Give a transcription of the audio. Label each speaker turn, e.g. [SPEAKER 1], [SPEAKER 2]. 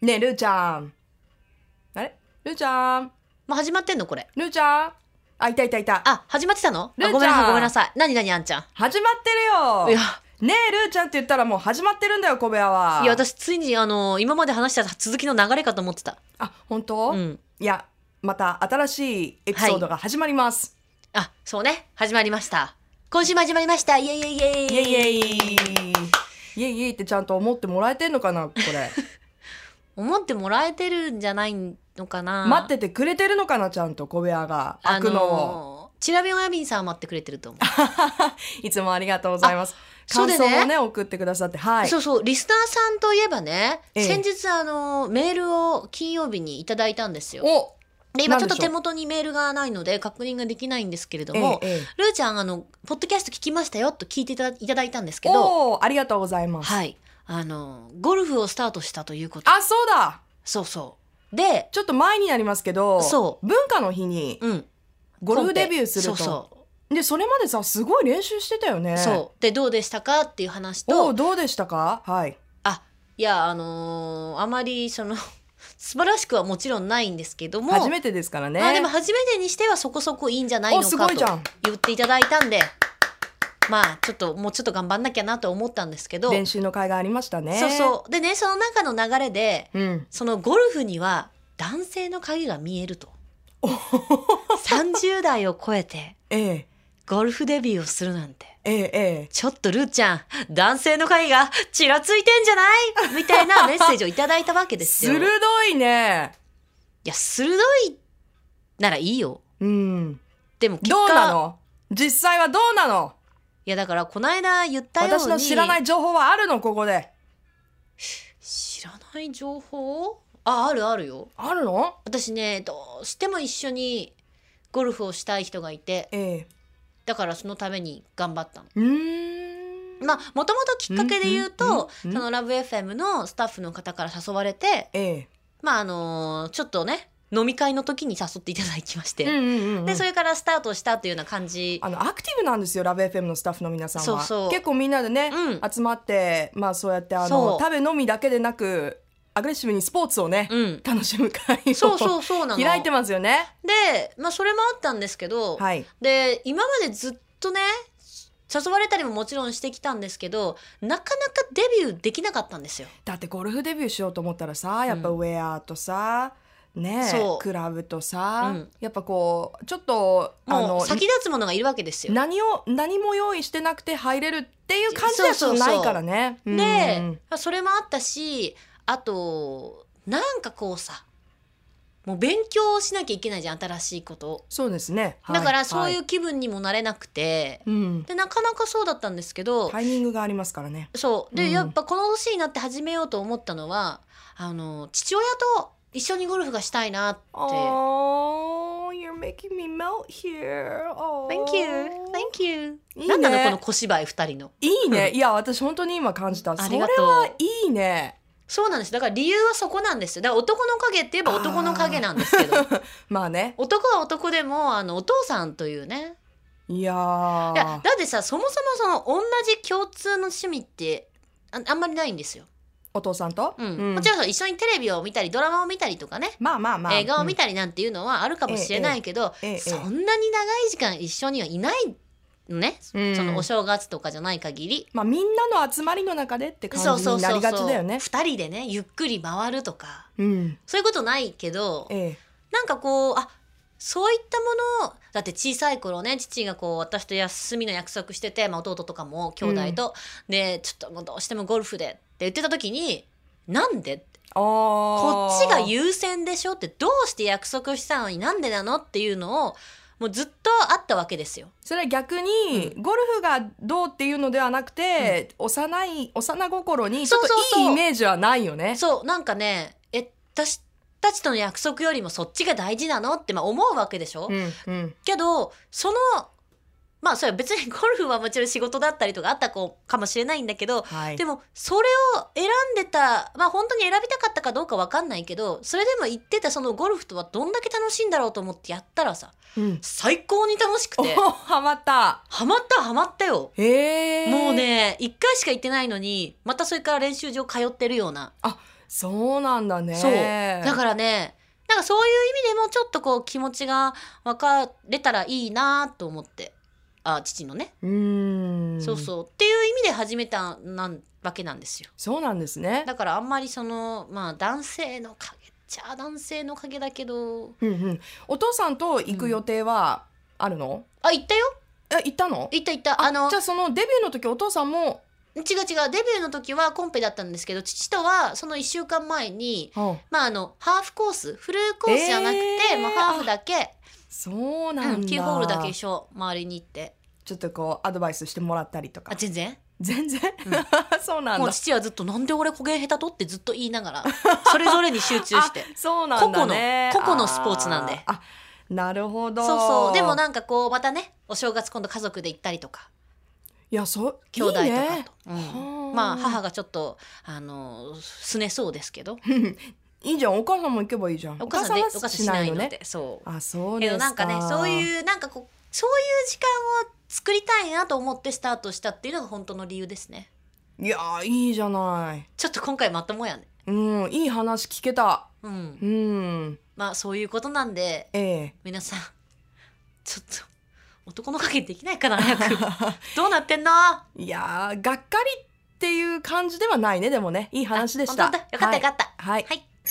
[SPEAKER 1] ねえルーちゃんあれルーちゃん
[SPEAKER 2] もう始まってんのこれ。
[SPEAKER 1] ルーちゃんあいたいたいた
[SPEAKER 2] あ、始まってたの
[SPEAKER 1] ルーちゃ
[SPEAKER 2] あ
[SPEAKER 1] ん
[SPEAKER 2] ごめんなさい、ごめんなさい。なになにあんちゃん。
[SPEAKER 1] 始まって
[SPEAKER 2] い
[SPEAKER 1] る
[SPEAKER 2] や
[SPEAKER 1] よ、ねえルーちゃんって言ったらもう始まってるんだよ小部屋はい
[SPEAKER 2] や、私ついに、あの、今まで話した続きの流れかと思ってた。
[SPEAKER 1] あ本当、
[SPEAKER 2] うん。
[SPEAKER 1] いやまた新しいエピソードが始まります、
[SPEAKER 2] あ、そうね。始まりました。今週も始まりました。イエイイエイイエイ。
[SPEAKER 1] イエイイエイイエイイエイってちゃんと思ってもらえてんのかなこ れ
[SPEAKER 2] 思ってもらえてるんじゃないのかな
[SPEAKER 1] 待っててくれてるのかなちゃんと小部屋が開くのを、
[SPEAKER 2] を。チラビオヤミンさんは待ってくれてると思う。
[SPEAKER 1] いつもありがとうございます
[SPEAKER 2] そう
[SPEAKER 1] 感
[SPEAKER 2] でね
[SPEAKER 1] 想もね送ってくださってはい
[SPEAKER 2] そうそう、リスナーさんといえばね、
[SPEAKER 1] ええ
[SPEAKER 2] 先日、あの、メールを金曜日にいただいたんですよ。
[SPEAKER 1] お
[SPEAKER 2] で、
[SPEAKER 1] な
[SPEAKER 2] 今
[SPEAKER 1] ん
[SPEAKER 2] ちょ
[SPEAKER 1] で
[SPEAKER 2] っ
[SPEAKER 1] しょ
[SPEAKER 2] と
[SPEAKER 1] う
[SPEAKER 2] 手元にメールがないので確認ができないんですけれども、
[SPEAKER 1] ええええ
[SPEAKER 2] ルーちゃん、あの、ポッドキャスト聞きましたよと聞いていただいただいたんですけど、
[SPEAKER 1] おーありがとうございます、
[SPEAKER 2] はい。あの、ゴルフをスタートしたということ。
[SPEAKER 1] あそうだ
[SPEAKER 2] そうそう。で、
[SPEAKER 1] ちょっと前になりますけど
[SPEAKER 2] そ
[SPEAKER 1] 文化の日に
[SPEAKER 2] うん。
[SPEAKER 1] ゴルフ
[SPEAKER 2] コンペ
[SPEAKER 1] デビューすると
[SPEAKER 2] そうそ
[SPEAKER 1] でそれまでさすごい練習してたよね
[SPEAKER 2] う。そう。で、どうでしたかっていう話
[SPEAKER 1] おう
[SPEAKER 2] と、
[SPEAKER 1] どうでしたかはい
[SPEAKER 2] あ、いや、あのーあまり、その、 素晴らしくはもちろんないんですけども、
[SPEAKER 1] 初めてですからね
[SPEAKER 2] まあでも初めてにしてはそこそこいいんじゃないの
[SPEAKER 1] おす
[SPEAKER 2] か
[SPEAKER 1] ご
[SPEAKER 2] と
[SPEAKER 1] いじゃん
[SPEAKER 2] 言っていただいたんで、まあちょっともうちょっと頑張んなきゃなと思ったんですけど、
[SPEAKER 1] 練習の会がありましたね
[SPEAKER 2] そうそう。でね、その中の流れで、
[SPEAKER 1] う、ん、
[SPEAKER 2] そのゴルフには男性の影が見えると。30代を超えて
[SPEAKER 1] ええ
[SPEAKER 2] ゴルフデビューをするなんて。
[SPEAKER 1] ええええ
[SPEAKER 2] ちょっとルーちゃん、男性の影がちらついてんじゃないみたいなメッセージをいただいたわけですよ。
[SPEAKER 1] 鋭
[SPEAKER 2] い
[SPEAKER 1] いね
[SPEAKER 2] や、鋭いならいいよ。
[SPEAKER 1] うん
[SPEAKER 2] でも結果、
[SPEAKER 1] どうなの実際はどうなの
[SPEAKER 2] いやだからこの間言ったように。
[SPEAKER 1] 私の知らない情報はあるのここで
[SPEAKER 2] 知らない情報あ、あるあるよ。
[SPEAKER 1] あるの
[SPEAKER 2] 私ね、どうしても一緒にゴルフをしたい人がいて、
[SPEAKER 1] ええ
[SPEAKER 2] だからそのために頑張ったの。
[SPEAKER 1] うーん
[SPEAKER 2] まあ、もともときっかけで言うと、
[SPEAKER 1] うんうんうんうん
[SPEAKER 2] そのラブ FM のスタッフの方から誘われて、
[SPEAKER 1] え
[SPEAKER 2] まあ、あのーちょっとね、飲み会の時に誘っていただきまして、
[SPEAKER 1] えうんうんうん、う
[SPEAKER 2] で、
[SPEAKER 1] ん
[SPEAKER 2] それからスタートしたというような感じ。
[SPEAKER 1] あのアクティブなんですよラブ FM のスタッフの皆さんは
[SPEAKER 2] そうそう
[SPEAKER 1] 結構みんなでね、
[SPEAKER 2] う
[SPEAKER 1] 集まってまあそうやってあ
[SPEAKER 2] そ
[SPEAKER 1] の
[SPEAKER 2] う
[SPEAKER 1] 食べのみだけでなくアグレッシブにスポーツをね、
[SPEAKER 2] うん。
[SPEAKER 1] 楽しむ会を
[SPEAKER 2] そうそうそうなの。
[SPEAKER 1] 開いてますよね
[SPEAKER 2] で、まあ、それもあったんですけど、
[SPEAKER 1] はい
[SPEAKER 2] で、今までずっとね、誘われたりももちろんしてきたんですけど、なかなかデビューできなかったんですよ。
[SPEAKER 1] だってゴルフデビューしようと思ったらさやっぱウェアとさ、ね
[SPEAKER 2] そう
[SPEAKER 1] クラブとさ、
[SPEAKER 2] うん
[SPEAKER 1] やっぱこうちょっとあ
[SPEAKER 2] も
[SPEAKER 1] の
[SPEAKER 2] う先立つものがいるわけですよ。
[SPEAKER 1] 何を何も用意してなくて入れるっていう感じはちょっとないからね。うん
[SPEAKER 2] で、まあそれもあったしあとなんかこうさもう勉強しなきゃいけないじゃん新しいことを、
[SPEAKER 1] そうですね、はい
[SPEAKER 2] だからそうい
[SPEAKER 1] は
[SPEAKER 2] う気分にもなれなくて、
[SPEAKER 1] うん、
[SPEAKER 2] でなかなかそうだったんですけど、
[SPEAKER 1] タイミングがありますからね。
[SPEAKER 2] そう
[SPEAKER 1] う
[SPEAKER 2] で
[SPEAKER 1] ん
[SPEAKER 2] やっぱこの年になって始めようと思ったのはあの父親と一緒にゴルフがしたいなって
[SPEAKER 1] Oh, you're making me melt here. Oh.
[SPEAKER 2] Thank you Thank you
[SPEAKER 1] いいね
[SPEAKER 2] なんなのこの小芝居二人の
[SPEAKER 1] いいね。いや、私本当に今感じた。
[SPEAKER 2] あ
[SPEAKER 1] そ
[SPEAKER 2] り
[SPEAKER 1] れ
[SPEAKER 2] がとう
[SPEAKER 1] はいいね。
[SPEAKER 2] そうなんですだから理由はそこなんですよだから男の影って言えば男の影なんですけど
[SPEAKER 1] まあね。
[SPEAKER 2] 男は男でもあのお父さんというね
[SPEAKER 1] いや
[SPEAKER 2] いや
[SPEAKER 1] ー。
[SPEAKER 2] だってさそもそもその同じ共通の趣味ってああんまりないんですよ、
[SPEAKER 1] お父さんと、
[SPEAKER 2] うん
[SPEAKER 1] うん
[SPEAKER 2] もちろんさ一緒にテレビを見たりドラマを見たりとかね、
[SPEAKER 1] まあまあまあ。
[SPEAKER 2] 映画を見たりなんていうのはあるかもしれないけど、
[SPEAKER 1] ええええ
[SPEAKER 2] そんなに長い時間一緒にはいないのね、
[SPEAKER 1] うん
[SPEAKER 2] そのお正月とかじゃない限り。
[SPEAKER 1] まあみんなの集まりの中でって
[SPEAKER 2] そ
[SPEAKER 1] 感
[SPEAKER 2] う
[SPEAKER 1] じ
[SPEAKER 2] そう
[SPEAKER 1] にな
[SPEAKER 2] そう
[SPEAKER 1] りがち
[SPEAKER 2] そう
[SPEAKER 1] だよね。
[SPEAKER 2] 2人でねゆっくり回るとか
[SPEAKER 1] うん。
[SPEAKER 2] そういうことないけど
[SPEAKER 1] ええ。
[SPEAKER 2] なんかこうあそういったものだって小さい頃ね父がこう私と休みの約束してて、まあ、弟とかも兄弟と、でちょっともうどうしてもゴルフでって言ってた時になんで
[SPEAKER 1] あー
[SPEAKER 2] こっちが優先でしょってどうして約束したのになんでなのっていうのをもうずっとあったわけですよ。
[SPEAKER 1] それは逆に、ゴルフがどうっていうのではなくて、幼い幼心にちょっ
[SPEAKER 2] そうそう
[SPEAKER 1] と
[SPEAKER 2] そ
[SPEAKER 1] いういイメージはないよね。
[SPEAKER 2] そうなんかねえ私たちとの約束よりもそっちが大事なのってまあ思うわけでしょ、
[SPEAKER 1] うんうん
[SPEAKER 2] けどそのまあそれは別に ゴルフはもちろん仕事だったりとかあったこかもしれないんだけど、
[SPEAKER 1] はい
[SPEAKER 2] でもそれを選んでたまあ本当に選びたかったかどうかわかんないけどそれでも言ってたそのゴルフとはどんだけ楽しいんだろうと思ってやったらさ
[SPEAKER 1] うん、
[SPEAKER 2] 最高に楽しく
[SPEAKER 1] お
[SPEAKER 2] て
[SPEAKER 1] ハマった
[SPEAKER 2] ハマったハマったよ、
[SPEAKER 1] へえ
[SPEAKER 2] もうね1回しか行ってないのにまたそれから練習場通ってるような
[SPEAKER 1] そうなんだね
[SPEAKER 2] そうだからねなんかそういう意味でもちょっとこう気持ちが分かれたらいいなと思ってあ父のね、
[SPEAKER 1] うーん
[SPEAKER 2] そう
[SPEAKER 1] う
[SPEAKER 2] そうっていう意味で始めたなんわけなんですよ
[SPEAKER 1] そうなんですね
[SPEAKER 2] だからあんまりそのまあ男性の影っちゃ男性の影だけど
[SPEAKER 1] うんうんお父さんと行く予定はあるの、
[SPEAKER 2] あ行ったよ
[SPEAKER 1] え行ったの
[SPEAKER 2] 行った行ったあの
[SPEAKER 1] じゃあそのデビューの時お父さんも、
[SPEAKER 2] 違う違うデビューの時はコンペだったんですけど父とはその1週間前にまああのハーフコースフルコースじゃなくて、
[SPEAKER 1] えー
[SPEAKER 2] まあ、ハーフだけ
[SPEAKER 1] そう
[SPEAKER 2] う
[SPEAKER 1] なん
[SPEAKER 2] ん
[SPEAKER 1] だ、
[SPEAKER 2] キーホールだけ一緒周りに行って
[SPEAKER 1] ちょっとこうアドバイスしてもらったりとか
[SPEAKER 2] あ全然
[SPEAKER 1] 全然、
[SPEAKER 2] う
[SPEAKER 1] そうなん
[SPEAKER 2] もう
[SPEAKER 1] だ
[SPEAKER 2] 父はずっと「なんで俺こげ下手と?」ってずっと言いな がらそれぞれに集中して
[SPEAKER 1] あそうなんだね
[SPEAKER 2] 個々の個々のスポーツなんで
[SPEAKER 1] あーあなるほど
[SPEAKER 2] そうそうでもなんかこうまたねお正月今度家族で行ったりとか
[SPEAKER 1] いやそう
[SPEAKER 2] 兄弟とか
[SPEAKER 1] い
[SPEAKER 2] と
[SPEAKER 1] いね
[SPEAKER 2] うん
[SPEAKER 1] はあ
[SPEAKER 2] まあ母がちょっとあのすねそうですけど
[SPEAKER 1] いいじゃんお母さんも行けばいいじゃん
[SPEAKER 2] お母さんで
[SPEAKER 1] は
[SPEAKER 2] お母さんしないのでそう
[SPEAKER 1] あそう
[SPEAKER 2] け
[SPEAKER 1] です
[SPEAKER 2] ど
[SPEAKER 1] か
[SPEAKER 2] なんかねそういうなんかこうそういう時間を作りたいなと思ってスタートしたっていうのが本当の理由ですね
[SPEAKER 1] いやーいいじゃない
[SPEAKER 2] ちょっと今回まともやね
[SPEAKER 1] うんいい話聞けた
[SPEAKER 2] うん
[SPEAKER 1] うん
[SPEAKER 2] まあそういうことなんで
[SPEAKER 1] ええ
[SPEAKER 2] 皆さんちょっと男の影できないかな早 くどうなってんのあ
[SPEAKER 1] いやーがっかりっていう感じではないねでもねいい話でした
[SPEAKER 2] 本当だよかったよかった、
[SPEAKER 1] はい、はい
[SPEAKER 2] はい